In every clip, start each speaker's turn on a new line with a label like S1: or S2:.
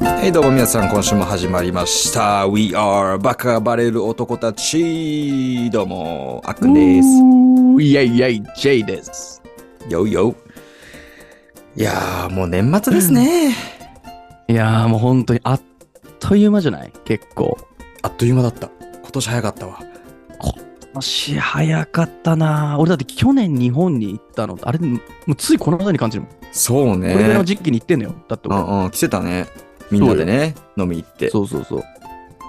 S1: はいどうも皆さん今週も始まりました We are バカバレる男たちどうもあっくんです
S2: イェイイェイ、ジェイです。
S1: よいよいやーもう年末ですね
S2: いやーもう本当にあっという間じゃない結構。
S1: あっという間だった今年早かったわ
S2: もし早かったなー俺だって去年日本に行ったの、あれ、もうついこの間に感じるもん。
S1: そう
S2: これぐらいの
S1: ね
S2: 時期に行ってんのよ。だって
S1: う
S2: 俺。
S1: んうん来てたねみんなでね飲み行ってそ
S2: そうそう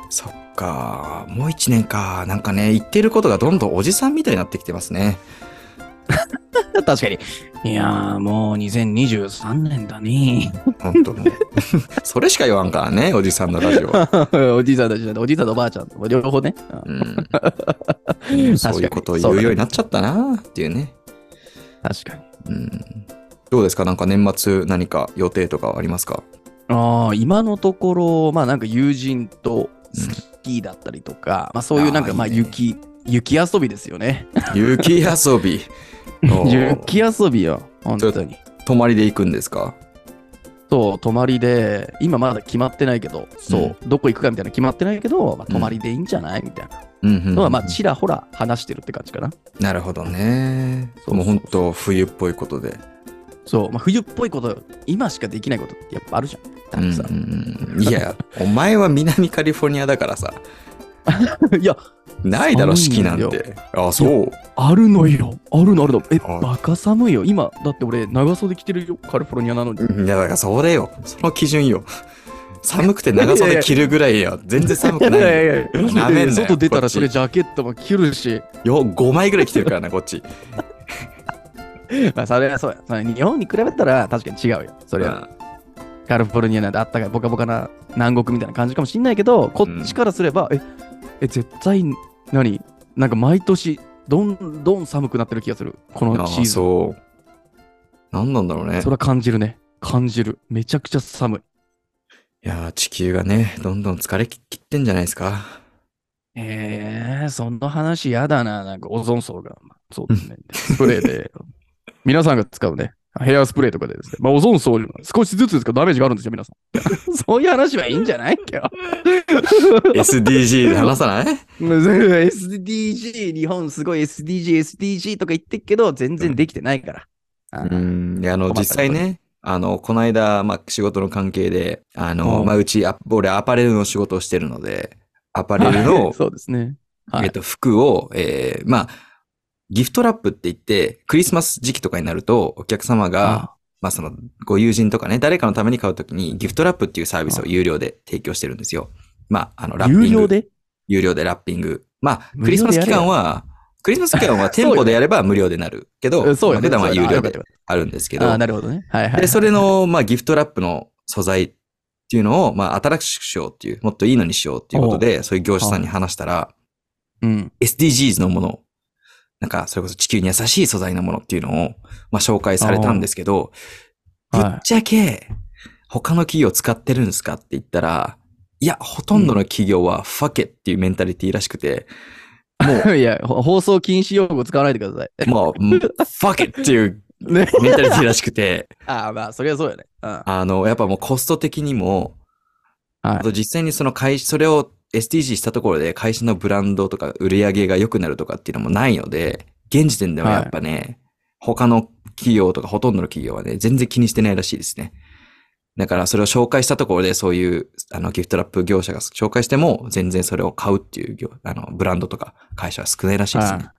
S2: そう。
S1: っかもう一年かなんかね言ってることがどんどんおじさんみたいになってきてますね
S2: 確かに。いやーもう2023年だね。
S1: 本当ねそれしか言わんからねおじさんのラジオは、
S2: おじいさんたちなんで、おじいさんとおばあちゃんと両方ね。うん
S1: うんうん、そういうことを言うようになっちゃったなっていうね
S2: 確かに。
S1: うんどうですかなんか年末何か予定とかあります か
S2: ああ、今のところ、まあなんか友人とスキーだったりとか、まあそういうなん
S1: あー
S2: かまあ
S1: いいね
S2: 雪、雪遊びですよね。
S1: 雪遊びお ー
S2: 雪遊びよ、本当に。
S1: 泊まりで行くんですか
S2: そう、泊まりで、今まだ決まってないけど、そう、どこ行くかみたいなの決まってないけど、まあ、泊まりでいいんじゃないみたいな
S1: うんうんうん
S2: のは、まあ、ちらほら話してるって感じかな。
S1: なるほどね
S2: そうそうそう
S1: もう本当冬っぽいことで、
S2: そう、まあ、冬っぽいこと、今しかできないことってやっぱあるじゃん。た
S1: うんう
S2: く
S1: ん
S2: さん。
S1: うんいやお前は南カリフォルニアだからさ
S2: いや、
S1: ないだろ
S2: 寒
S1: 四
S2: い
S1: 季
S2: ん
S1: な
S2: だよ
S1: んてあそう
S2: あるのよ。あるのあるの。え、
S1: あ
S2: バカ寒いよ。今、だって俺、長袖着てるよ。カリフォルニアなのに。
S1: いやだからそれよその基準よ寒くて長袖着るぐらいや全然寒くないよ
S2: いやいや
S1: なめんなよ
S2: 外出た
S1: こっ
S2: ら
S1: ち
S2: それジャケットも着る し、
S1: よ5枚ぐらい着てる からなこっち
S2: まあ、それはそうや。それ日本に比べたら確かに違うよ。それは、カリフォルニアなんてあったかいボカボカな南国みたいな感じかもしんないけど、こっちからすれば、え、え、絶対何なんか毎年、どんどん寒くなってる気がする。こ
S1: うんあ
S2: のシー
S1: ー
S2: ズン。
S1: そう何なんだろうね
S2: それは感じるね。感じる。めちゃくちゃ寒い。
S1: いやー、地球がね、どんどん疲れきってんじゃないですか。
S2: ええその話やだな。なんかオゾン層が、まあそうですね。 スプレーで、皆さんが使うね、ヘアスプレーとかでですね、まあ、オゾン層にも少しずつですけどダメージがあるんですよ、皆さ ん。そういう話はいいんじゃない今日
S1: SDG で話さない
S2: SDG、日本すごい SDG、SDG とか言ってっけど、全然できてないから。あ
S1: うん、いやあの、
S2: 困った
S1: 実際ね、あの、この間、まあ、仕事の関係で、あの、
S2: うん
S1: まあ、うち、あ俺、アパレルの仕事をしてるので、アパレルの、
S2: そうですね。は
S1: え
S2: い
S1: っ。と、服を、えー、まあ、ギフトラップって言って、クリスマス時期とかになると、お客様が、まあ、その、ご友人とかね、誰かのために買うときに、ギフトラップっていうサービスを有料で提供してるんですよ。まあ、あの、ラッピング。
S2: 有料で
S1: 有料でラッピング。まあ、
S2: 無
S1: クリス
S2: 料
S1: マ
S2: で
S1: ス
S2: や
S1: 期
S2: れよ
S1: 間は、クリスマス期間は
S2: そう
S1: 店
S2: よ
S1: 舗でやれば無料でなるけど、
S2: そう
S1: ま
S2: よ
S1: あ
S2: ね。
S1: 普段は
S2: そうよ
S1: 有
S2: ねあ
S1: 料
S2: よかっ
S1: で
S2: たよかっ
S1: あるんですけ
S2: たあ
S1: ど
S2: ー、なるほどね。はいはい、
S1: で、それの、まあ、ギフトラップの素材っていうのを、まあ、新しくしようっていう、もっといいのにしようっていうことで、そういう業者さんに話したら、
S2: うん。
S1: SDGs のもの、なんか、それこそ地球に優しい素材のものっていうのを、まあ、紹介されたんですけど、ぶ
S2: はい
S1: っちゃけ、他の企業使ってるんですかって言ったら、いや、ほとんどの企業は、ファケっていうメンタリティらしくて、もう、
S2: いや、ほ放送禁止用語使わないでください。
S1: まあ、ファケっていう
S2: ね、
S1: メンタリティらしくて、
S2: ああ、まあ、それはそうよね。うん。
S1: あの、やっぱもうコスト的にも、
S2: はい
S1: あと実際にその会社、それを SDG したところで会社のブランドとか売り上げが良くなるとかっていうのもないので、現時点ではやっぱね、他の企業とかほとんどの企業はね、全然気にしてないらしいですね。だからそれを紹介したところでそういうあのギフトラップ業者が紹介しても全然それを買うっていう業あのブランドとか会社は少ないらしいですね。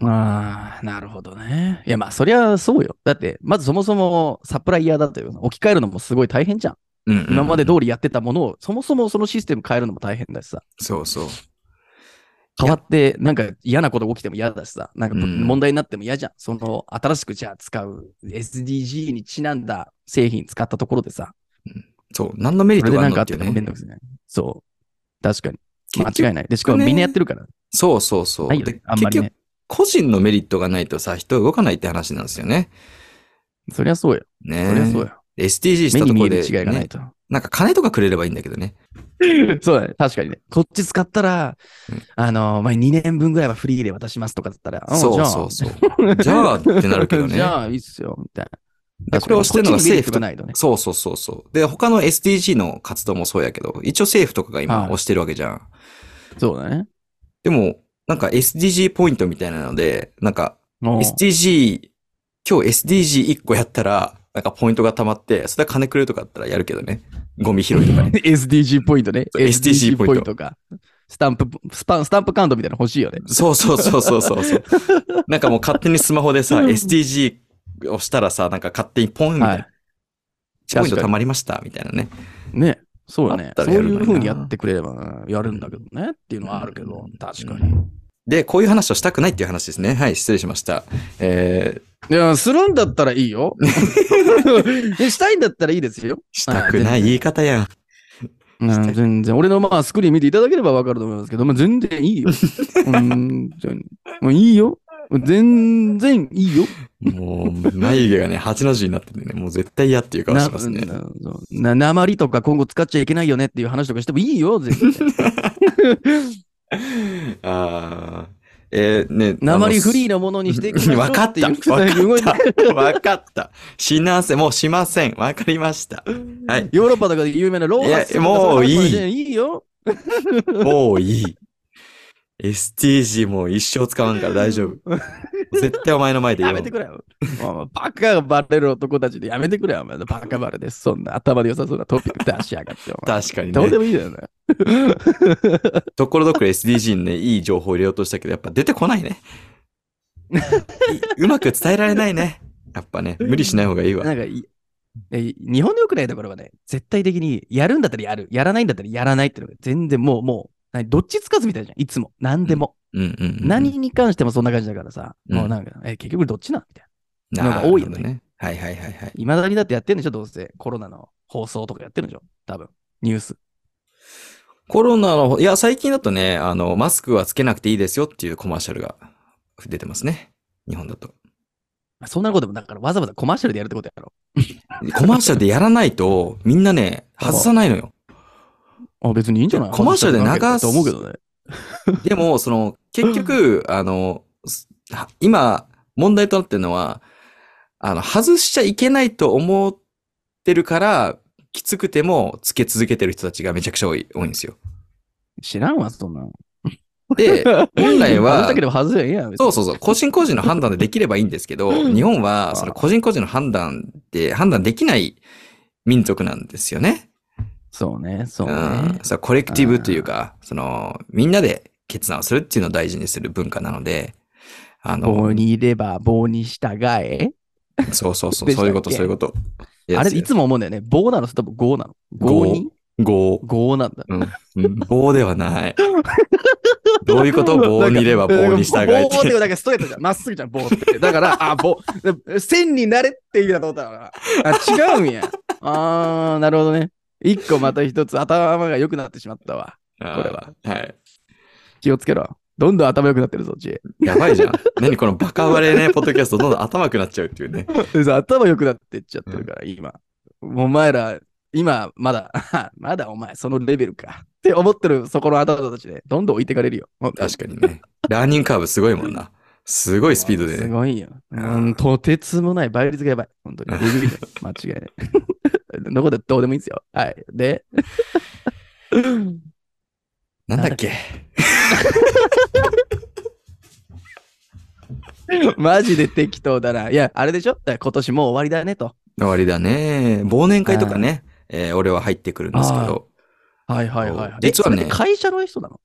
S1: うん。
S2: ああ、なるほどね。いや、まあ、そりゃそうよ。だって、まずそもそもサプライヤーだという、置き換えるのもすごい大変じゃん。
S1: うんうんうん
S2: 今まで通りやってたものを、そもそもそのシステム変えるのも大変だしさ。
S1: そうそう。
S2: 変わって、なんか嫌なことが起きても嫌だしさ。なんかぶ
S1: うん
S2: 問題になっても嫌じゃん。その、新しくじゃあ使う SDG にちなんだ製品使ったところでさ。
S1: そう。何のメリ
S2: そ
S1: ット
S2: れで
S1: があ
S2: な
S1: る
S2: ん
S1: の
S2: か
S1: っ
S2: あってて
S1: いう
S2: もめん
S1: ね。
S2: どくさいね。そう。確かに。
S1: 結局
S2: 間違いない。で、しかも
S1: ね
S2: みんなやってるから。
S1: そうそうそう。
S2: ないよね
S1: で
S2: あんまりね
S1: 結局、個人のメリットがないとさ、人動かないって話なんですよね。
S2: そりゃそうよ。
S1: ね
S2: そりゃそうよ。
S1: SDG し
S2: 目
S1: た
S2: に
S1: と
S2: 見
S1: こ
S2: え
S1: ろ
S2: る
S1: で、
S2: 違いがない
S1: ね、
S2: と。
S1: なんか金とかくれればいいんだけどね。
S2: そうだね。確かにね。こっち使ったら、
S1: うん
S2: あの、まあ、2年分ぐらいはフリーで渡しますとかだったら、あ
S1: そうそうそう。じゃあってなるけどね。
S2: じゃあ、いいっすよ、みたい
S1: でこれをしてるのが政府
S2: が
S1: と
S2: ないとね。
S1: そうそうそうそう。で、他の SDG の活動もそうやけど、一応政府とかが今
S2: はい
S1: 推してるわけじゃん。
S2: そうだね。
S1: でも、なんか SDG ポイントみたいなので、なんか
S2: もう
S1: SDG、今日 SDG1 個やったら、なんかポイントが溜まって、それは金くれるとかあったらやるけどね。ゴミ拾いと かね。
S2: SDG ポイントね。
S1: そう SDG ポイント
S2: か。スタンプ、スパン、スタンプカウントみたいなの欲しいよね。
S1: そうそうそうそうそう そう。なんかもう勝手にスマホでさ、SDG をしたらさ、なんか勝手にポンみたいな。
S2: はい
S1: 1ポイン
S2: 確
S1: ト
S2: か
S1: 溜
S2: に
S1: まりましたみたいなね。
S2: ね。そうだ
S1: あ
S2: ね
S1: っ。た
S2: そう
S1: らやるの
S2: い
S1: に
S2: う
S1: な
S2: ふうにやってくれればなやるんだけどねっていうのはあるけど、確かに。
S1: で、こういう話をしたくないっていう話ですね。はい、失礼しました。えー、
S2: いや、するんだったらいい よ。えしたいんだったらいいですよ。
S1: したくない言い方やん。
S2: うん、全然。俺のまあスクリーン見ていただければわかると思いますけど、まあ、全然いい よ。うん、本当にもういいよ。全然いいよ。
S1: もう、眉毛がね、8の字 になっててね、もう絶対嫌っていう顔してますね。
S2: なそうな鉛とか今後使っちゃいけないよねっていう話とかしてもいいよ、全然。
S1: ああ。えー、ね、
S2: 鉛フリー
S1: ー
S2: なものにしていきましょう
S1: わかった。
S2: てい
S1: わ
S2: う動いて
S1: かった。 わかった。しなせ、もうしません。わかりました。はい。
S2: ヨーロッパとかで有名なローハスとか
S1: いやもういい
S2: そんなのじゃいいよ。
S1: もういい。STG もう一生使わんから大丈夫。絶対お前の前で言
S2: や
S1: おう
S2: めてくれよ。もうバカがバレる男たちでやめてくれよ。お前バカバレです。そんな頭で良さそうなトピック出しやがって。お前
S1: 確かに
S2: どうで
S1: ね。
S2: もいいだよね。
S1: ところどころ SDG にね、いい情報を入れようとしたけど、やっぱ出てこないね。いうまく伝えられないね。やっぱね、無理しない方がいいわ。
S2: なんかいえ日本の良くないところはね、絶対的にやるんだったらやる、やらないんだったらやらないっていうのが全然もう、もう、何どっちつかずみたいじゃん、いつも。何でも。
S1: うんうんうんうん、
S2: 何に関してもそんな感じだからさ、
S1: うん
S2: もうなんか、え、結局どっちなんみたいな。のが多いよ
S1: なる
S2: ね
S1: ほどね。はいはいはいはい。
S2: いまだにだってやってんでしょ、どうせ。コロナの放送とかやってるんでしょ、多分ニュース。
S1: コロナの、いや、最近だとね、あの、マスクはつけなくていいですよっていうコマーシャルが出てますね。日本だと。
S2: まあそんなことも、だからわざわざコマーシャルでやるってことやろ。
S1: コマーシャルでやらないと、みんなね、外さないのよ。
S2: あ、別にいいんじゃない
S1: いやコマーシャルで流す
S2: と思うけどね。
S1: でも、その、結局、あの、すは今、問題となってるのは、あの、外しちゃいけないと思ってるから、きつくてもつけ続けてる人たちがめちゃくちゃ多い多いんですよ。
S2: 知らんわ、そんなの。
S1: で、本来は
S2: 外したければ外せばいいやん。別に
S1: そうそうそう。個人個人の判断でできればいいんですけど、日本は、その個人個人の判断で、判断できない民族なんですよね。
S2: そうね、そう
S1: う
S2: ね。
S1: ん。そうコレクティブというか、その、みんなで決断をするっていうのを大事にする文化なので、あ
S2: 棒
S1: の、
S2: にいれば棒に従え。
S1: そうそうそう、
S2: でし
S1: そ
S2: たっけ
S1: ういうこと、そういうこと。
S2: あれ、いつ
S1: も
S2: も思うんだよね。棒なのそれとも棒なの
S1: 棒
S2: 棒に
S1: 棒。
S2: 棒なんだ。
S1: うん うん。棒ではない。どういうこと棒にいれば棒に従え
S2: なんか棒って
S1: て。
S2: なんかストレートじゃん。まっすぐじゃん、棒って。だから、あ、棒。線になれって意味だと思ったから。あ、違うん や。あー、なるほどね。一個また一つ頭が良くなってしまったわ。
S1: こ
S2: れは。
S1: はい。
S2: 気をつけろ。どんどん頭良くなってるぞ、ちえ。
S1: やばいじゃん。 何このバカバレね、ポッドキャスト、どんどん頭くなっちゃうっていうね。
S2: でさ頭良くなってっちゃってるから、今。お前ら、今、まだ、 まだお前、そのレベルか。って思ってる、そこの頭たちで、どんどん置いてかれるよ。
S1: 確かにね。ラーニングカーブすごいもんな。すごいスピードで
S2: ね。す
S1: ね。
S2: ごいよ。うん、とてつもない。倍率がやばい。本当 に。えぐいね間違いない。どこでどうでもいいんです よ。はい。で、
S1: なんだっけ
S2: マジで適当だな。いや、あれでしょだから今年もう終わりだねと。
S1: 終わりだね。忘年会とかね、えー俺は入ってくるんですけど。
S2: はいはい
S1: はいはい
S2: い。
S1: 実はね
S2: えそれって会社の人なの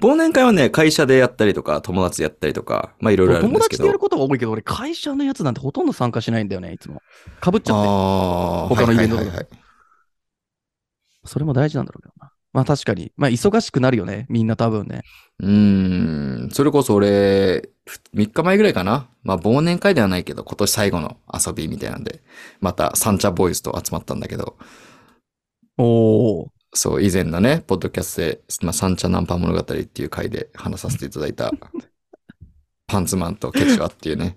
S1: 忘年会はね、会社でやったりとか、友達でやったりとか、まあいろいろあるん
S2: 友
S1: ですけ
S2: 達
S1: ど。
S2: でやることが多いけど、俺会社のやつなんてほとんど参加しないんだよね、いつも。かぶっちゃって。
S1: あー
S2: 他のイベントと
S1: はいはいは
S2: か
S1: いはい
S2: それも大事なんだろうけどな。まあ確かに。まあ忙しくなるよね、みんな多分ね。
S1: うーん。それこそ俺、3日前ぐらいかな。まあ忘年会ではないけど、今年最後の遊びみたいなんで、また三茶ボーイズと集まったんだけど、
S2: おお。
S1: そう、以前のね、ポッドキャストで、まあ、三茶ナンパ物語っていう回で話させていただいた、パンツマンとケチュアっていうね、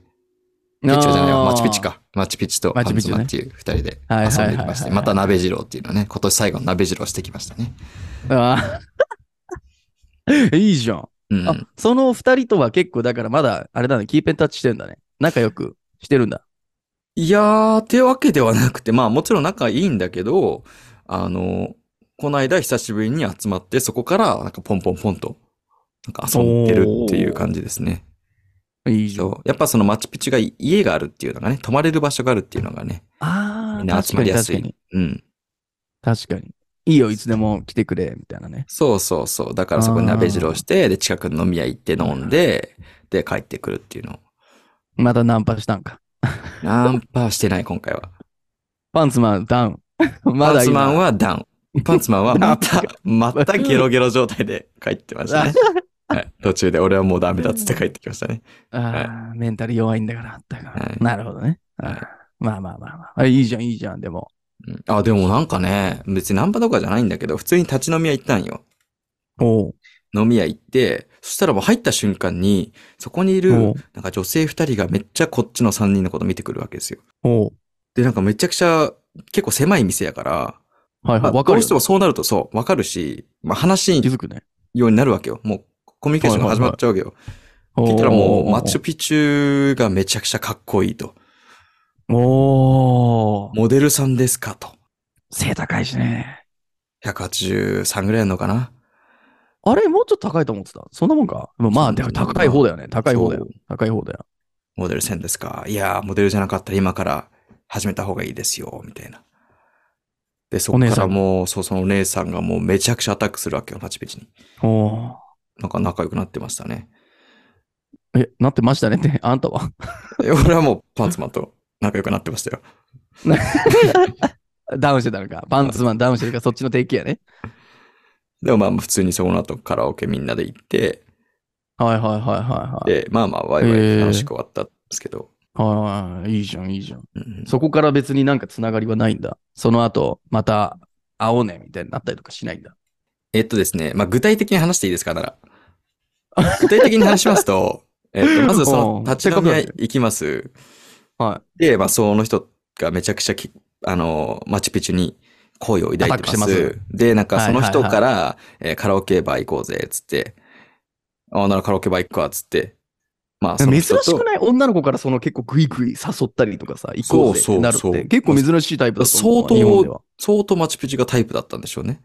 S1: ケチュアじゃないよ、マチュピチュ。か。マチュピチュとパ
S2: マチュ
S1: ン
S2: ピ
S1: ツ
S2: チュね
S1: マンっていう二人で
S2: はいはいはい
S1: 遊ん
S2: はい
S1: できまして、また鍋次郎っていうのね、今年最後の鍋次郎してきましたね。
S2: あー いいじゃん。
S1: うん。
S2: あ、その二人とは結構だからまだ、あれだね、キーペンタッチしてんだね。仲良くしてるんだ。
S1: いやー、ってわけではなくて、まあもちろん仲いいんだけど、あの、この間久しぶりに集まって、そこからなんかポンポンポンと、なんか遊んでるっていう感じですね。
S2: いいじゃん。
S1: そう。やっぱそのマチュピチュが家があるっていうのがね、泊まれる場所があるっていうのがね、み
S2: ああ、
S1: んな集
S2: 確
S1: まり
S2: かに
S1: や
S2: 確
S1: す
S2: か
S1: い
S2: に。
S1: うん。
S2: 確かに。いいよ、いつでも来てくれ、みたいなね。
S1: そうそうそう。だからそこに鍋汁をして、で、近くの飲み屋行って飲んで、で、帰ってくるっていうのを。
S2: またナンパしたんか。
S1: ナンパはしてない、今回は。
S2: パンツマン、ダウン。 ま
S1: パン
S2: だ
S1: ツマン
S2: は。
S1: はダウ ン。パンツマンはまた、またゲロゲロ状態で帰ってましたね。はい、途中で俺はもうダメだっつって帰ってきましたね。
S2: ああ、メンタル弱いんだから、だから。
S1: はい
S2: なるほどね。あ
S1: はい
S2: ーまあまあまあまああ。いいじゃん、いいじゃん、でも。
S1: うんあ、でもなんかね、別にナンパとかじゃないんだけど、普通に立ち飲み屋行ったんよ。
S2: おう
S1: 飲み屋行って、そしたらもう入った瞬間に、そこにいる
S2: おう、
S1: なんか女性二人がめっちゃこっちの三人のこと見てくるわけですよ。
S2: おう
S1: で、なんかめちゃくちゃ、結構狭い店やから、
S2: は
S1: ま
S2: いは
S1: あ
S2: い。わか
S1: ど
S2: る
S1: うしても
S2: よ。
S1: そうなるとそう、わかるし、まあ話
S2: 気
S1: に
S2: づくね。
S1: ようになるわけよ。もうコミュニケーションが始まっちゃうわけよ。聞いたらもう、マチュピチュがめちゃくちゃかっこいいと。
S2: おー。
S1: モデルさんですかと。
S2: 背高いしね。
S1: 183ぐらいなのかな
S2: あれ、もうちょっと高いと思ってた。そんなもんか。でもまあ、でも高い方だよね。高い方だよ
S1: そ。
S2: 高い方だよ。
S1: モデルさんですかいやー、モデルじゃなかったら今から始めた方がいいですよ、みたいな。で、そこ
S2: お姉
S1: か
S2: さ
S1: ら
S2: ん
S1: もう、そう、そのお姉さんがもうめちゃくちゃアタックするわけよ、マチュピチュに。
S2: おー。
S1: なんか仲良くなってましたね。
S2: え、なってましたね って、あんたは。
S1: で俺はもうパンツマンと仲良くなってましたよ。
S2: ダウンしてたのか。パンツマンダウンしてるから、そっちの定期やね。
S1: でもまあ普通にその後カラオケみんなで行って、
S2: はいはいはいはいはい。
S1: で、まあまあワイワイ楽しく終わったんですけど。
S2: はいはい、いいじゃん、いいじゃん。
S1: うん
S2: そこから別になんかつながりはないんだ。その後、また会おうねみたいになったりとかしないんだ。
S1: えっとですね、まあ、具体的に話していいですかなら。具体的に話します と、えっと、まずその
S2: お、う
S1: 立ち飲み屋行きます。
S2: は
S1: で、まあ、その人がめちゃくちゃき、あの、マチュピチュに好意を抱い
S2: アタッ
S1: て
S2: ク
S1: ま
S2: し
S1: す。
S2: てます
S1: で、なんか
S2: は
S1: そ
S2: い
S1: の
S2: はいはい
S1: 人から、えーカラオケバー行こうぜ、つって。ああ、ならカラオケバー行くか、つって。まあ、その
S2: 珍し
S1: 人と
S2: くない女の子からその結構グイグイ誘ったりとかさ、行こうぜっ
S1: そうそう
S2: てなるっ
S1: そう
S2: て結構珍しいタイプだと思うわ。
S1: 相当
S2: 日本では。
S1: 相当マチュピチュがタイプだったんでしょうね。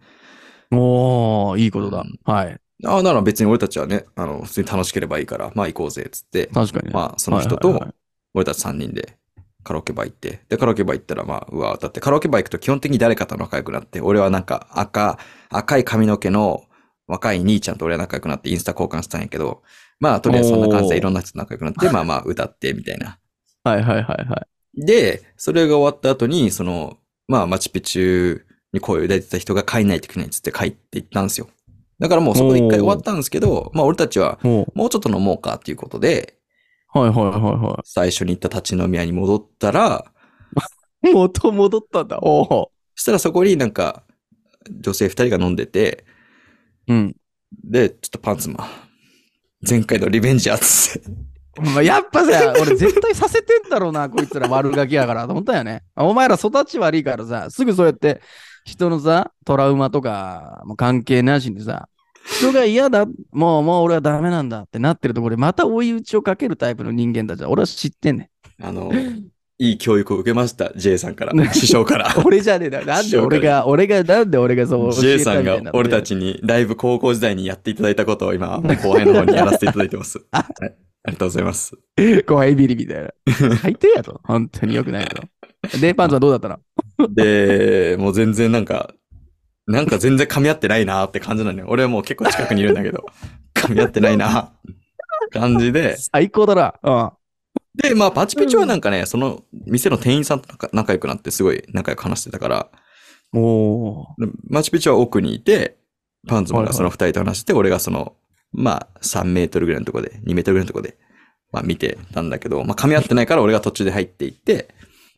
S2: おー、いいこと
S1: う
S2: だ
S1: ん。
S2: はい。
S1: ああ、なら別に俺たちはね、あの、普通に楽しければいいから、まあ行こうぜ、つって。
S2: 確かにね。
S1: まあ、その人と
S2: はいはいはい
S1: 俺たち3人でカラオケバー行って、で、カラオケバー行ったら、まあ、うわ、だってカラオケバー行くと基本的に誰かと仲良くなって、俺はなんか赤、赤い髪の毛の若い兄ちゃんと俺は仲良くなってインスタ交換したんやけど、まあ、とりあえずそんな感じで
S2: おー
S1: いろんな人と仲良くなって、まあまあ歌って、みたいな。
S2: はいはいはいはい。
S1: で、それが終わった後に、その、まあ、マチュピチュに声を抱いてた人が帰んないといけないっつって帰って行ったんですよ。だからもうそこで一回終わったんですけど、まあ俺たちは
S2: も
S1: もうちょっと飲もうかっていうことで、
S2: う、はいはいはいは
S1: 最初に行った立ち飲み屋に戻ったら、
S2: い。元戻ったんだ。おー。
S1: そしたらそこになんか、女性二人が飲んでて、
S2: うん。
S1: で、ちょっとパンツマン。前回のリベンジャーっつって。
S2: まあ、やっぱさ、俺絶対させてんだろうな、 こいつら悪ガキやからと思ったよね。お前ら育ち悪いからさ、すぐそうやって人のさ、トラウマとかもう関係なしにさ、人が嫌だ、もうもう俺はダメなんだってなってるところで、また追い打ちをかけるタイプの人間たちは俺は知ってんね
S1: あの、いい教育を受けました、J さんから。師匠 から。
S2: ん。俺じゃねえだ。なんで俺が、俺が、なんで俺がそう教
S1: J
S2: えた
S1: さん
S2: みた
S1: が
S2: いな。
S1: 俺た。ちにだいぶ高校時代にやっていただいたことを今、後輩の方にやらせていただいて ます。はい、ありがとうございます。
S2: 怖いビリみたいな。最低やと。本当に良くないと。 で、パンツはどうだったの
S1: で、もう全然なんか、なんか全然噛み合ってないなーって感じなのよ。俺はもう結構近くにいるんだけど、噛み合ってないなーって感じで、
S2: 最高だな。うん。
S1: で、まあ、パチピチはなんかね、その店の店員さんと仲仲良くなって、すごい仲良く話してたから、
S2: おー。
S1: マチュピチュは奥にいて、パンツマン
S2: はいは
S1: が
S2: い
S1: その二人と話して、俺がその、まあ、3メートルぐらいのとこで、2メートルぐらいのとこで、まあ見てたんだけど、まあ噛み合ってないから俺が途中で入っていって、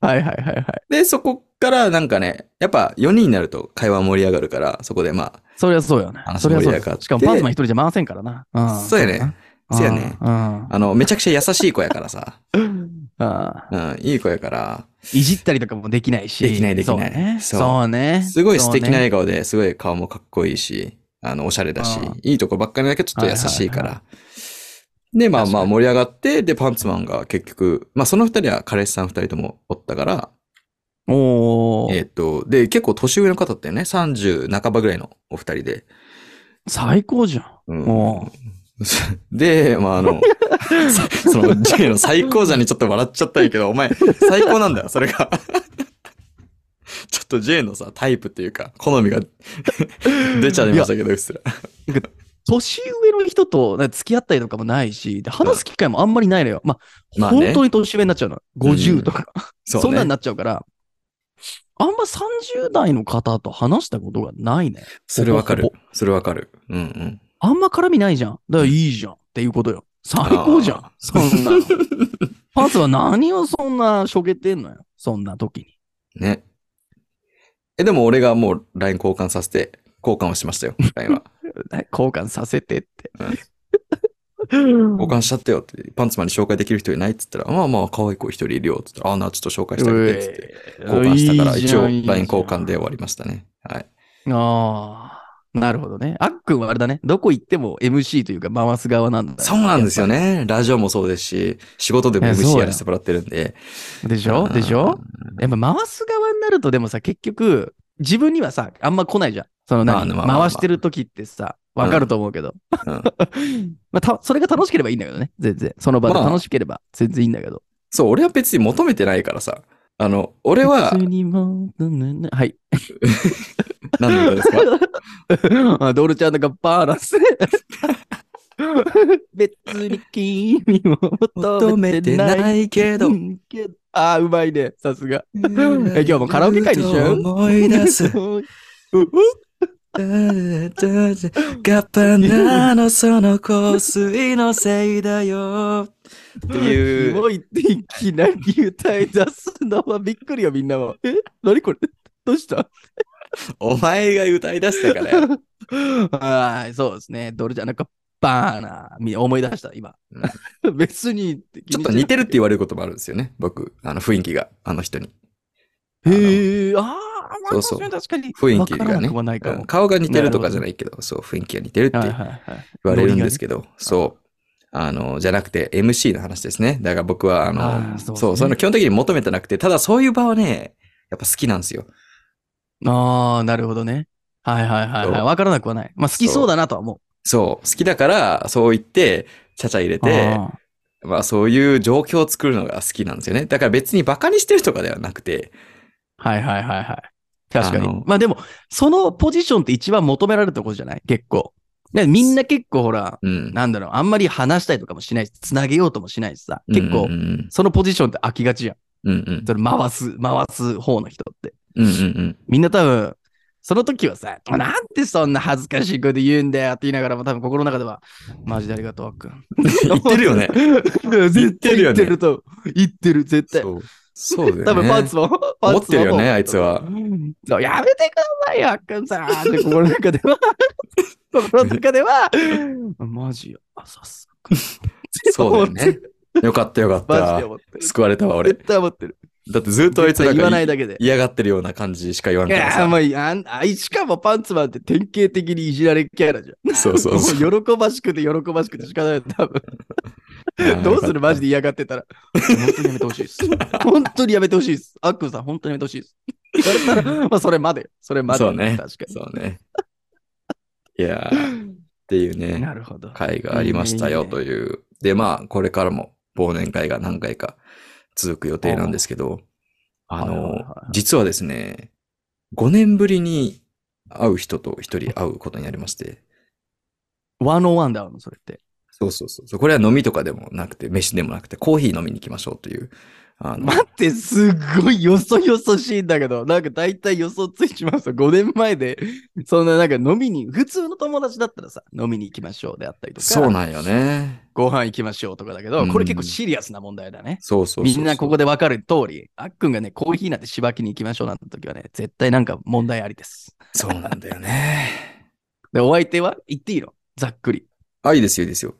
S2: はいはいはいはい。
S1: で、そこからなんかね、やっぱ4人になると会話盛り上がるから、そこでま
S2: そりゃそうよね。
S1: 話
S2: そりゃそう
S1: 盛り上がっ
S2: よ。
S1: て
S2: しかもパンツマン一人じゃ回せんからな。う
S1: あ、
S2: ん、
S1: そうやね。。そうやね。
S2: うん。うん
S1: あの、めちゃくちゃ優しい子やからさ、
S2: うん
S1: うん、いい子やから、
S2: いじったりとかもできないし。
S1: できないできない
S2: そうね。
S1: そう
S2: そうね
S1: すごい素敵な
S2: そうね
S1: 笑顔ですごい顔もかっこいいし、あの、おしゃれだし
S2: うん、
S1: いいとこばっかりだけどちょっと優しいか
S2: はい
S1: ら、で、まあ
S2: 確か
S1: まあ
S2: に
S1: 盛り上がって、で、パンツマンが結局、まあその二人は彼氏さん二人ともおったから、
S2: お
S1: え
S2: ー
S1: っ、と、で、結構年上の方ってね、30半ばぐらいのお二人で。
S2: 最高じゃん。
S1: うん
S2: も
S1: で、まああ の、そその、J の最高じゃんにちょっと笑っちゃったんやけど、お前、最高なんだよ、それが。 ちょっと J のさ、タイプっていうか、好みが 出ちゃいましたけど、うっすら。
S2: 年上の人となんか付き合ったりとかもないし、で話す機会もあんまりないのよ。ま
S1: ま
S2: あ、
S1: あね
S2: 本当に年上になっちゃうの。50とか、
S1: そう
S2: そん
S1: ね
S2: なになっちゃうから、あんま30代の方と話したことがないね。
S1: それわかる
S2: ほぼ。
S1: それわかる。うんうん。
S2: あんま絡みないじゃん。だからいいじゃんっていうことよ。最高じゃん
S1: あ。
S2: そんなの。パンツは何をそんなしょげてんのよ。そんな時に。
S1: ね。え、でも俺がもう LINE 交換させて、交換をしま したよ、LINE は。
S2: 交換させてって。
S1: 交換しちゃったよって、パンツマンに紹介できる人いないっつったら、まあまあ、可愛い子一人いるよっつったら、ああ、な、ちょっと紹介してあげてっつって、交換したから、一応 LINE 交換で終わりましたね。はい。
S2: ああ、なるほどね。あっくんはあれだね。どこ行っても MC というか回す側なんだ、ね。
S1: そうなんですよ。ね。ラジオもそうですし、仕事でも
S2: いやそう
S1: MC
S2: よ
S1: やらせてもらってるんで。
S2: でしょでしょやっぱ回す側になるとでもさ、結局、自分にはさ、あんま来ないじゃん。その
S1: まあ
S2: 何、
S1: まあまあまあ
S2: 回してる時ってさ、わかると思うけど。
S1: うん
S2: まあた、それが楽しければいいんだけどね。全然。その場で
S1: まあ
S2: 楽しければ全然いいんだけど。
S1: そう、俺は別に求めてないからさ。あの、俺は
S2: 普、通にもううんはい。
S1: 何の歌ですか
S2: あドルちゃんのがバーラス。 別に君を求
S1: 求
S2: め
S1: め
S2: て
S1: て
S2: ない
S1: ないけど
S2: う。んけどああ、うまいね。さすが。
S1: え
S2: 今日もカラオケ会にしちゃう
S1: 思い出す。
S2: う
S1: ガッパナのその香水のせいだよ。ってい
S2: す
S1: う。
S2: ごいっていきなり歌い出すのはびっくりよ、みんなは。え何これどうした
S1: お前が歌い出したからよ。
S2: はい、そうですね。ドルちゃんのがバーナーみ。思い出した、今。 別にて気
S1: ちょっと
S2: にしてない
S1: 似てるって言われることもあるんですよね。僕、あの雰囲気が、あの人に。
S2: へえ、あーまあ、
S1: そうそう
S2: 確かに確かに。
S1: 雰囲気がね
S2: わからなくはないか
S1: う
S2: も
S1: ん。顔が似てるとかじゃないけど、そう、雰囲気が似てるって
S2: はい
S1: 言
S2: はいはい。
S1: われるんですけど、そう。あの、じゃなくて MC の話ですね。だから僕は、あの、
S2: あーそ
S1: そうう
S2: ですね
S1: そう、いうの基本的に求めてなくて、ただそういう場はね、やっぱ好きなんですよ。
S2: ああ、なるほどね。はいはいはいはい。
S1: そう
S2: わからなくはない。まあ、好きそうだなとは思う。
S1: そう、好きだから、そう言って、ちゃちゃ入れて、
S2: あ
S1: まあそういう状況を作るのが好きなんですよね。だから別にバカにしてるとかではなくて、
S2: ーはいはいはいはい。確か
S1: あ
S2: に
S1: の。
S2: まあでも、そのポジションって一番求められるところじゃない結構。ねみんな結構ほら、
S1: うん。
S2: なんだろう、あんまり話したりとかもしないし、つなげようともしないしさ。結構
S1: うん、うん
S2: そのポジションって空きがちやん。
S1: うん。うんうん
S2: それ回す、回す方の人って。
S1: うんうん
S2: みんな多分、その時はさ、なんでそんな恥ずかしいこと言うんだよって言いながらも多分心の中では、マジでありがとう、あっ くん。
S1: 言ってるよ ね
S2: 言
S1: ってるよね
S2: 言ってると、言ってる、絶対。
S1: そう。そうだよね。
S2: 多分パンツも、 パンツも
S1: 持ってるよね、あいつは。
S2: そうやめてくださいよ、あっくんさんって心の中で は、心の中では、マジよ、あ、さすが。
S1: そうだよね。よかったよかっ
S2: マジ
S1: た
S2: で。思ってる。
S1: 救われたわ、俺。
S2: 絶対思ってる。
S1: だってずっとあいつ
S2: 絶
S1: な
S2: 対
S1: ん
S2: 言わ
S1: か
S2: ない
S1: い
S2: だけで。
S1: 嫌がってるような感じしか言わ
S2: い
S1: ないから
S2: や、
S1: さ。
S2: もういいあんあ、しかもパンツマンって典型的にいじられキャラじゃ ん。
S1: そうそうそう。
S2: もう喜ばしくて喜ばしくてし かない、多分。どうするマジで嫌がってたら。本当にやめてほしいです。 本当にやめてほしいです。アックンさん、本当にやめてほしいです。言われたら、まあ、それまで。それまで。
S1: そうね
S2: 確か
S1: そうね。いやーっていう
S2: に。
S1: ね、
S2: なるほど。
S1: 会がありましたよという。で、まあ、これからも忘年会が何回か続く予定なんですけど、あ
S2: はいはい
S1: の
S2: はいはい、
S1: 実はですね、5年ぶりに会う人と一人会うことになりまして、
S2: ワンオンワンだもん、それって。
S1: そうそうそうそう。これは飲みとかでもなくて、飯でもなくて、コーヒー飲みに行きましょうという。あの
S2: 待って、すっごいよそよそしいんだけど、なんか大体予想ついちまうと、5年前で、そんななんか飲みに、普通の友達だったらさ、飲みに行きましょうであったりとか、
S1: そうなんよね。
S2: ご飯行きましょうとかだけど、
S1: うん
S2: これ結構シリアスな問題だね。
S1: そうそうそう
S2: み
S1: そうん
S2: なここで分かる通り、あっくんがね、コーヒーなんてしばきに行きましょうなんて時はね、絶対なんか問題ありです。
S1: そうなんだよね。
S2: で、お相手は言っていいのざっくり。
S1: あ、いいですよ、いいですよ。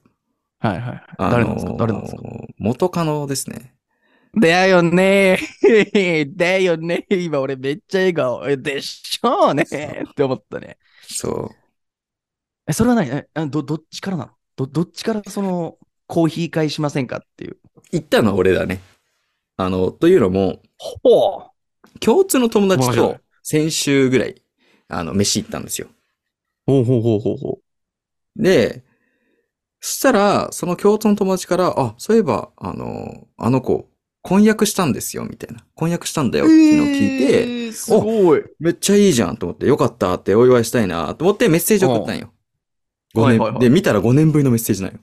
S2: はいはいはい。
S1: あのー
S2: 誰なんですか誰なんですか
S1: 元カノですね。
S2: だよね ーだよねー今俺めっちゃ笑顔。えでしょうねーって思ったね。
S1: そ
S2: え、それは何えあどどっちからなのどどっちからそのコーヒー会しませんかっていう。
S1: 行ったのは俺だね。あの、というのも、
S2: ほう
S1: 共通の友達
S2: 面白
S1: と
S2: い
S1: 先週ぐらい、あの、飯行ったんですよ。
S2: ほうほうほうほうほ
S1: で、そしたら、その共通の友達から、あ、そういえば、あの、あの子、婚約したんですよ、みたいな。婚約したんだよ、
S2: う。
S1: っていうのを聞いて、
S2: えー、すごい。
S1: めっちゃいいじゃんと思って、よかったってお祝いしたいなと思ってメッセージ送ったんよ。
S2: うん
S1: 五年
S2: はいはいはい
S1: で、見たら5年ぶりのメッセージなんよ。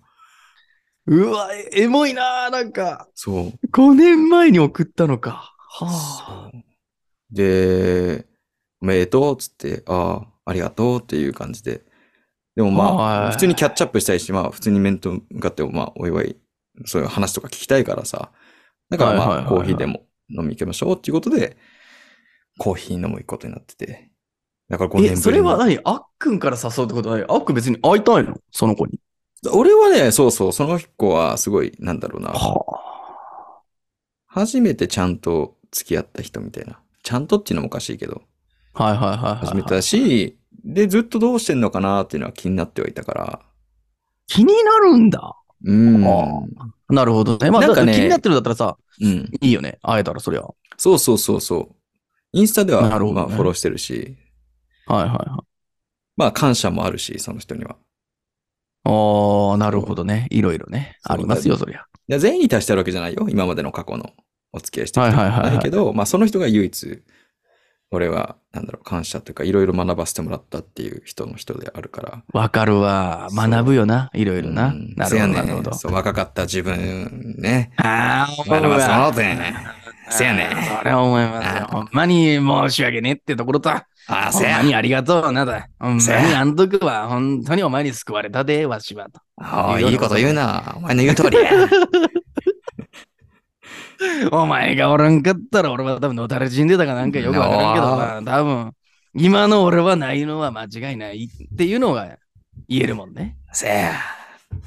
S2: うわ、えエモいなーなんか。
S1: そう。
S2: 5年前に送ったのか。はあ。
S1: そうで、おめでとうっつって、ああ、ありがとうっていう感じで。でもま
S2: は
S1: あ、
S2: い
S1: 普通にキャッチアップしたいし、まあ、普通に面と向かっても、まあ、お祝い、そういう話とか聞きたいからさ。だから
S2: はいはい
S1: まあ、
S2: はいはい
S1: コーヒーでも飲み行きましょうっていうことで、コーヒー飲む行くことになってて。だから5年ぶり
S2: え、
S1: の
S2: それは何あっくんから誘うってことは何あっくん別に会いたいのその子に。
S1: 俺はね、そうそう、その子はすごい、なんだろうな。
S2: は
S1: 初めてちゃんと付き合った人みたいな。ちゃんとっていうのもおかしいけど、
S2: あ。はいはいはいはいはい。
S1: 初めてだし、で、ずっとどうしてんのかなっていうのは気になってはいたから。
S2: 気になるんだ。
S1: うん。
S2: あなるほどね。まあ、
S1: なんかね
S2: だ気になってるんだったらさ、
S1: うん。
S2: いいよね。会えたらそりゃ。は
S1: そうそうそうそう。インスタでは、
S2: なるほ
S1: ま
S2: どね
S1: あ、フォローしてるし、
S2: いはいはい。
S1: まあ、感謝もあるし、その人には。
S2: ああ、なるほどね。いろいろね。
S1: そう
S2: ありますよ、そりゃ。
S1: いや、全員に対してあるわけじゃないよ。今までの過去のお付き合いしてきた
S2: はいはいはいはい
S1: ないけど、まあ、その人が唯一、俺は、なんだろう、感謝というか、いろいろ学ばせてもらったっていう人の人であるから。
S2: わかるわ。
S1: そう
S2: 学ぶよな。いろいろ
S1: う
S2: な。
S1: ん
S2: な
S1: せ
S2: る
S1: や
S2: ほど、
S1: ね
S2: なるほど。
S1: そう若かった自分ね。
S2: ああ、思
S1: 学
S2: う
S1: ばせても
S2: わ。
S1: らおうぜ。せやね
S2: あーそれは思います
S1: あ
S2: よ。ほんまに申し訳ねってところと、
S1: ああ、
S2: ほん
S1: せや
S2: ま。にありがとうなだ。ほんまに
S1: せや
S2: あんとくは、本当にお前に救われたで、わしはと。
S1: ああ、いいこと言うな。お前の言う通り や。
S2: お前がおらんかったら俺は多分のたれ死んでたかなんかよくわからんけどな、多分今の俺はないのは間違いないっていうのが言えるもんね。
S1: せや。っ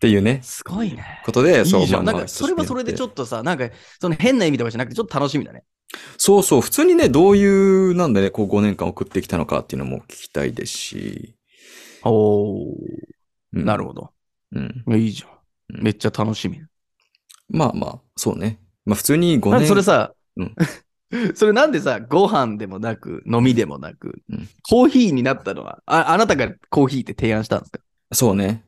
S1: ていうね、
S2: すごいね。
S1: ことで、
S2: いいじゃん。
S1: まあ
S2: なんかそれはそれでち
S1: ょっ
S2: ょっとさ、なんかその変な意味とかじゃなくてちょっと楽しみだね。
S1: と。そうそう、普通にね、どういう、なんでね、こう5年間送ってきたのかっていうのも聞きたいですし。
S2: おお、
S1: うん
S2: なるほど。
S1: うん。
S2: いいじゃ
S1: うん
S2: ん。めっちゃ楽しみ。
S1: まあまあ、そうね。まあ普通に5
S2: なんか
S1: 年。
S2: それさ、
S1: うん
S2: それなんでさ、ご飯でもなく、飲みでもなく、
S1: うん
S2: コーヒーになったのはあ、あなたがコーヒーって提案したんですか
S1: そうね。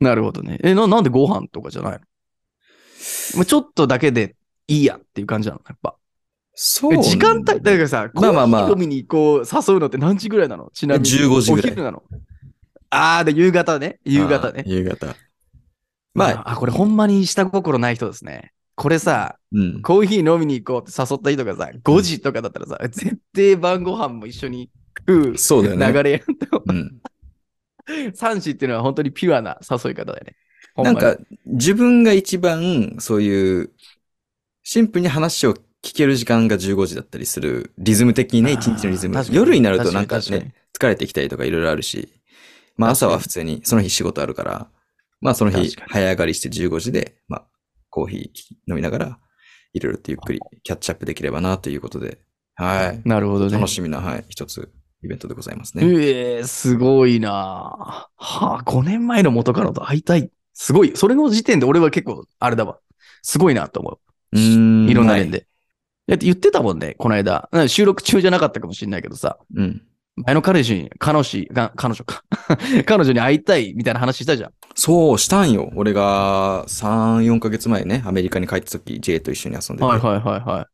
S2: なるほどね。え、ななんでご飯とかじゃないのもうちょっとだけでいいやっていう感じなのやっぱ。
S1: そう
S2: え
S1: ね。
S2: 時間帯、だからさ、コ
S1: まあまあまあ
S2: ーヒー飲みにこう誘うのって何時ぐらいなのちなみに。
S1: 15時ぐらい
S2: お昼なの。あー、で、夕方ね。夕方
S1: ああ
S2: ね。
S1: 夕方。まあ、
S2: あ、これほんまに下心ない人ですね。これさ、
S1: うん。
S2: コーヒー飲みに行こうって誘った人がさ、5時とかだったらさ、絶対晩ご飯も一緒に食う
S1: そうだよね。
S2: 流れやん と。
S1: うん。
S2: 3時っていうのは本当にピュアな誘い方だよね。ほ
S1: なん
S2: まに
S1: か、自分が一番、そういう、シンプルに話を聞ける時間が15時だったりする、リズム的にね、
S2: あー
S1: 一日のリズム
S2: 確。かに
S1: 夜になるとなんか
S2: 確かに確
S1: ね、疲れてきたりとかいろいろあるし、まあ
S2: 確
S1: 朝
S2: かに
S1: は普通に、その日仕事あるから、まあその日
S2: 確か、に
S1: 早上がりして15時で、まあ、コーヒー飲みながら、いろいろとゆっくりキャッチアップできればなということで、はい。
S2: なるほどね。
S1: 楽しみな、はい、一つ、イベントでございますね。
S2: ええすごいなぁはあ、5年前の元カノと会いたい。すごい。それの時点で俺は結構、あれだわ。すごいなと思
S1: うー
S2: う。
S1: ん。
S2: いろんな面
S1: で。
S2: で。だって言ってたもんね、この間。なんか収録中じゃなかったかもしれないけどさ、
S1: うん。
S2: 前の彼氏に、彼氏が、彼女か。 彼女に会いたいみたいな話したじゃん。
S1: そう、したんよ。俺が3、4ヶ月前ね、アメリカに帰った時、J と一緒に遊んでて。
S2: はいはいはいはい。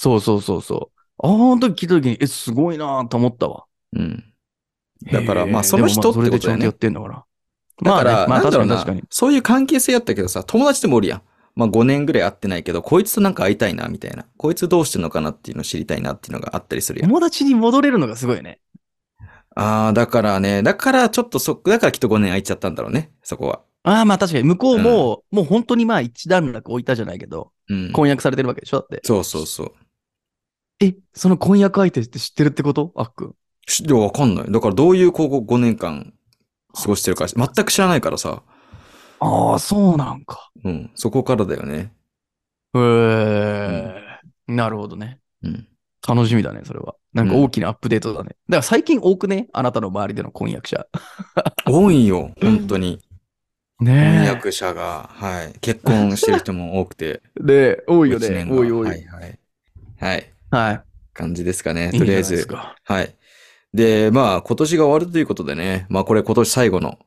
S2: そうそうそうそう。あの時聞いた時に、え、すごいなぁと思ったわ。
S1: うん。だから
S2: へえ
S1: まあその人
S2: でもまあ
S1: ってことだよね
S2: それでちゃんとやってんだから。
S1: だから、
S2: まあね、ま
S1: な
S2: あ
S1: ん
S2: 確
S1: だ
S2: か
S1: ろう
S2: に
S1: な
S2: 確かに。
S1: そういう関係性やったけどさ、友達でもおるやん。まあ5年ぐらい会ってないけど、こいつとなんか会いたいな、みたいな。こいつどうしてんのかなっていうのを知りたいなっていうのがあったりするやん。
S2: 友達に戻れるのがすごいよね。
S1: ああ、だからね、だからちょっとそ、だからきっと5年空いちゃったんだろうね、そこは。
S2: ああ、まあ確かに、向こうも、もう本当にまあ一段落置いたじゃないけど、
S1: うん。
S2: 婚約されてるわけでしょだって。
S1: そうそうそう。
S2: え、その婚約相手って知ってるってことあっくん。
S1: しいや、わかんない。だからどういう高校5年間過ごしてるか、全く知らないからさ。
S2: ああ、そうなんか。
S1: うん。そこからだよね。
S2: へえ、なるほどね。
S1: うん。
S2: 楽しみだね、それは。なんか
S1: うん
S2: 大きなアップデートだね。だから最近多くね、あなたの周りでの婚約者。
S1: 多いよ、本当に。婚
S2: ね
S1: 約者が、はい、結婚してる人も多くて、
S2: え。で、 多いよ
S1: 一
S2: ね。
S1: 年が
S2: 多い多
S1: はい
S2: い。
S1: はい。はい。
S2: は
S1: 感じですかね。
S2: い。いい
S1: と
S2: んじ
S1: り
S2: ゃ
S1: あ
S2: な
S1: え
S2: いです
S1: ず。
S2: か。
S1: はい。で、まあ、今年が終わるということでね、まあ、これ今年最後の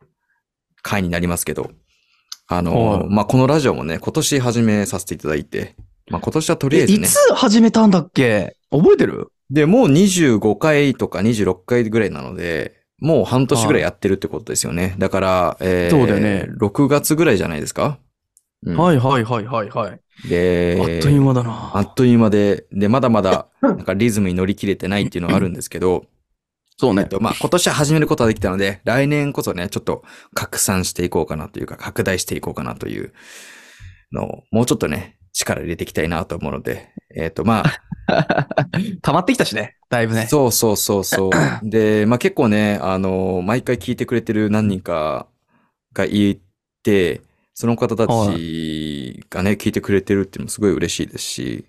S1: 回になりますけど、あ
S2: は
S1: の
S2: い、
S1: まあ、このラジオもね、今年始めさせていただいて、まあ、今年はとりあ
S2: え、
S1: えず
S2: い
S1: ね、
S2: つ始めたんだっけ覚えてる
S1: で、もう25回とか26回ぐらいなので、もう半年ぐらいやってるってことですよね。だから、えー
S2: そうだよね
S1: 6月ぐらいじゃないですか。うん
S2: はいはいはいはいはい。
S1: で、
S2: あっという間だな。
S1: あっという間で、で、まだま だ、なんかリズムに乗り切れてないっていうのはあるんですけど、
S2: そう
S1: え
S2: ね
S1: っ。と、まあ、今年は始めることはできたので、来年こそね、ちょっと拡散していこうかなというか、拡大していこうかなというのを、もうちょっとね、力入れていきたいなと思うので、えっ、と、まあ、
S2: 溜まってきたしね。だいぶね。
S1: そうそうそう そう。で、まあ結構ね、あの、毎回聞いてくれてる何人かがいて、その方たちがね、聞いてくれてるっていうのもすごい嬉しいですし、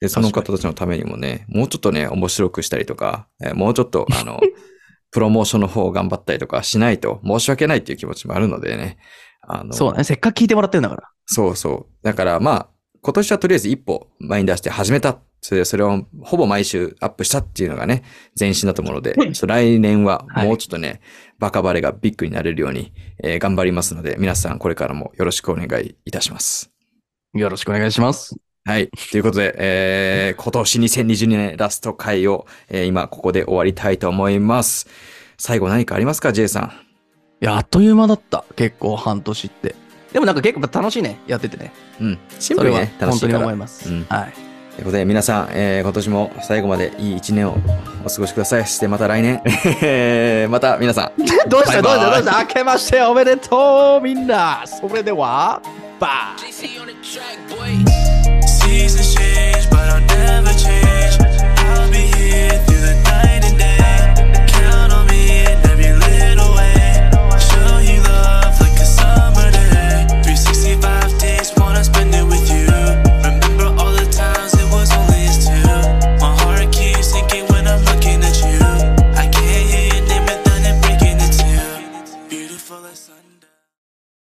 S1: で、その方たちのためにもね、もうちょっとね、面白くしたりとか、えーもうちょっと、あ の、プロモーションの方を頑張ったりとかしないと申し訳ないっていう気持ちもあるのでね。あの、
S2: そうね。せっかく聞いてもらってるんだから。
S1: そうそう。だからまあ、今年はとりあえず一歩前に出して始めた。それでそれをほぼ毎週アップしたっていうのがね、前進だと思うので、ちょっと来年はもうちょっとね、バカバレがビッグになれるように、えー頑張りますので、皆さんこれからもよろしくお願いいたします。
S2: よろしくお願いします。
S1: はい。ということで、え ー今年2022年ラスト回を、えー今ここで終わりたいと思います。最後何かありますか ?J さん。
S2: いや、あっという間だった。結構半年って。でもなんか結構楽しいね。やっててね。
S1: うん。シン
S2: そ
S1: プル
S2: れ
S1: に
S2: は
S1: ね、楽
S2: 本
S1: し
S2: 当
S1: い
S2: に
S1: から
S2: 思い。ます。
S1: うん
S2: はい。
S1: ということで皆さん、えー今年も最後までいい一年をお過ごしください。そしてまた来年、 えーまた皆さん、
S2: どうしたど
S1: バ
S2: う
S1: イバイ
S2: したどうした明けましておめでとうみんなそれでは、バー
S3: JC on the track, boy.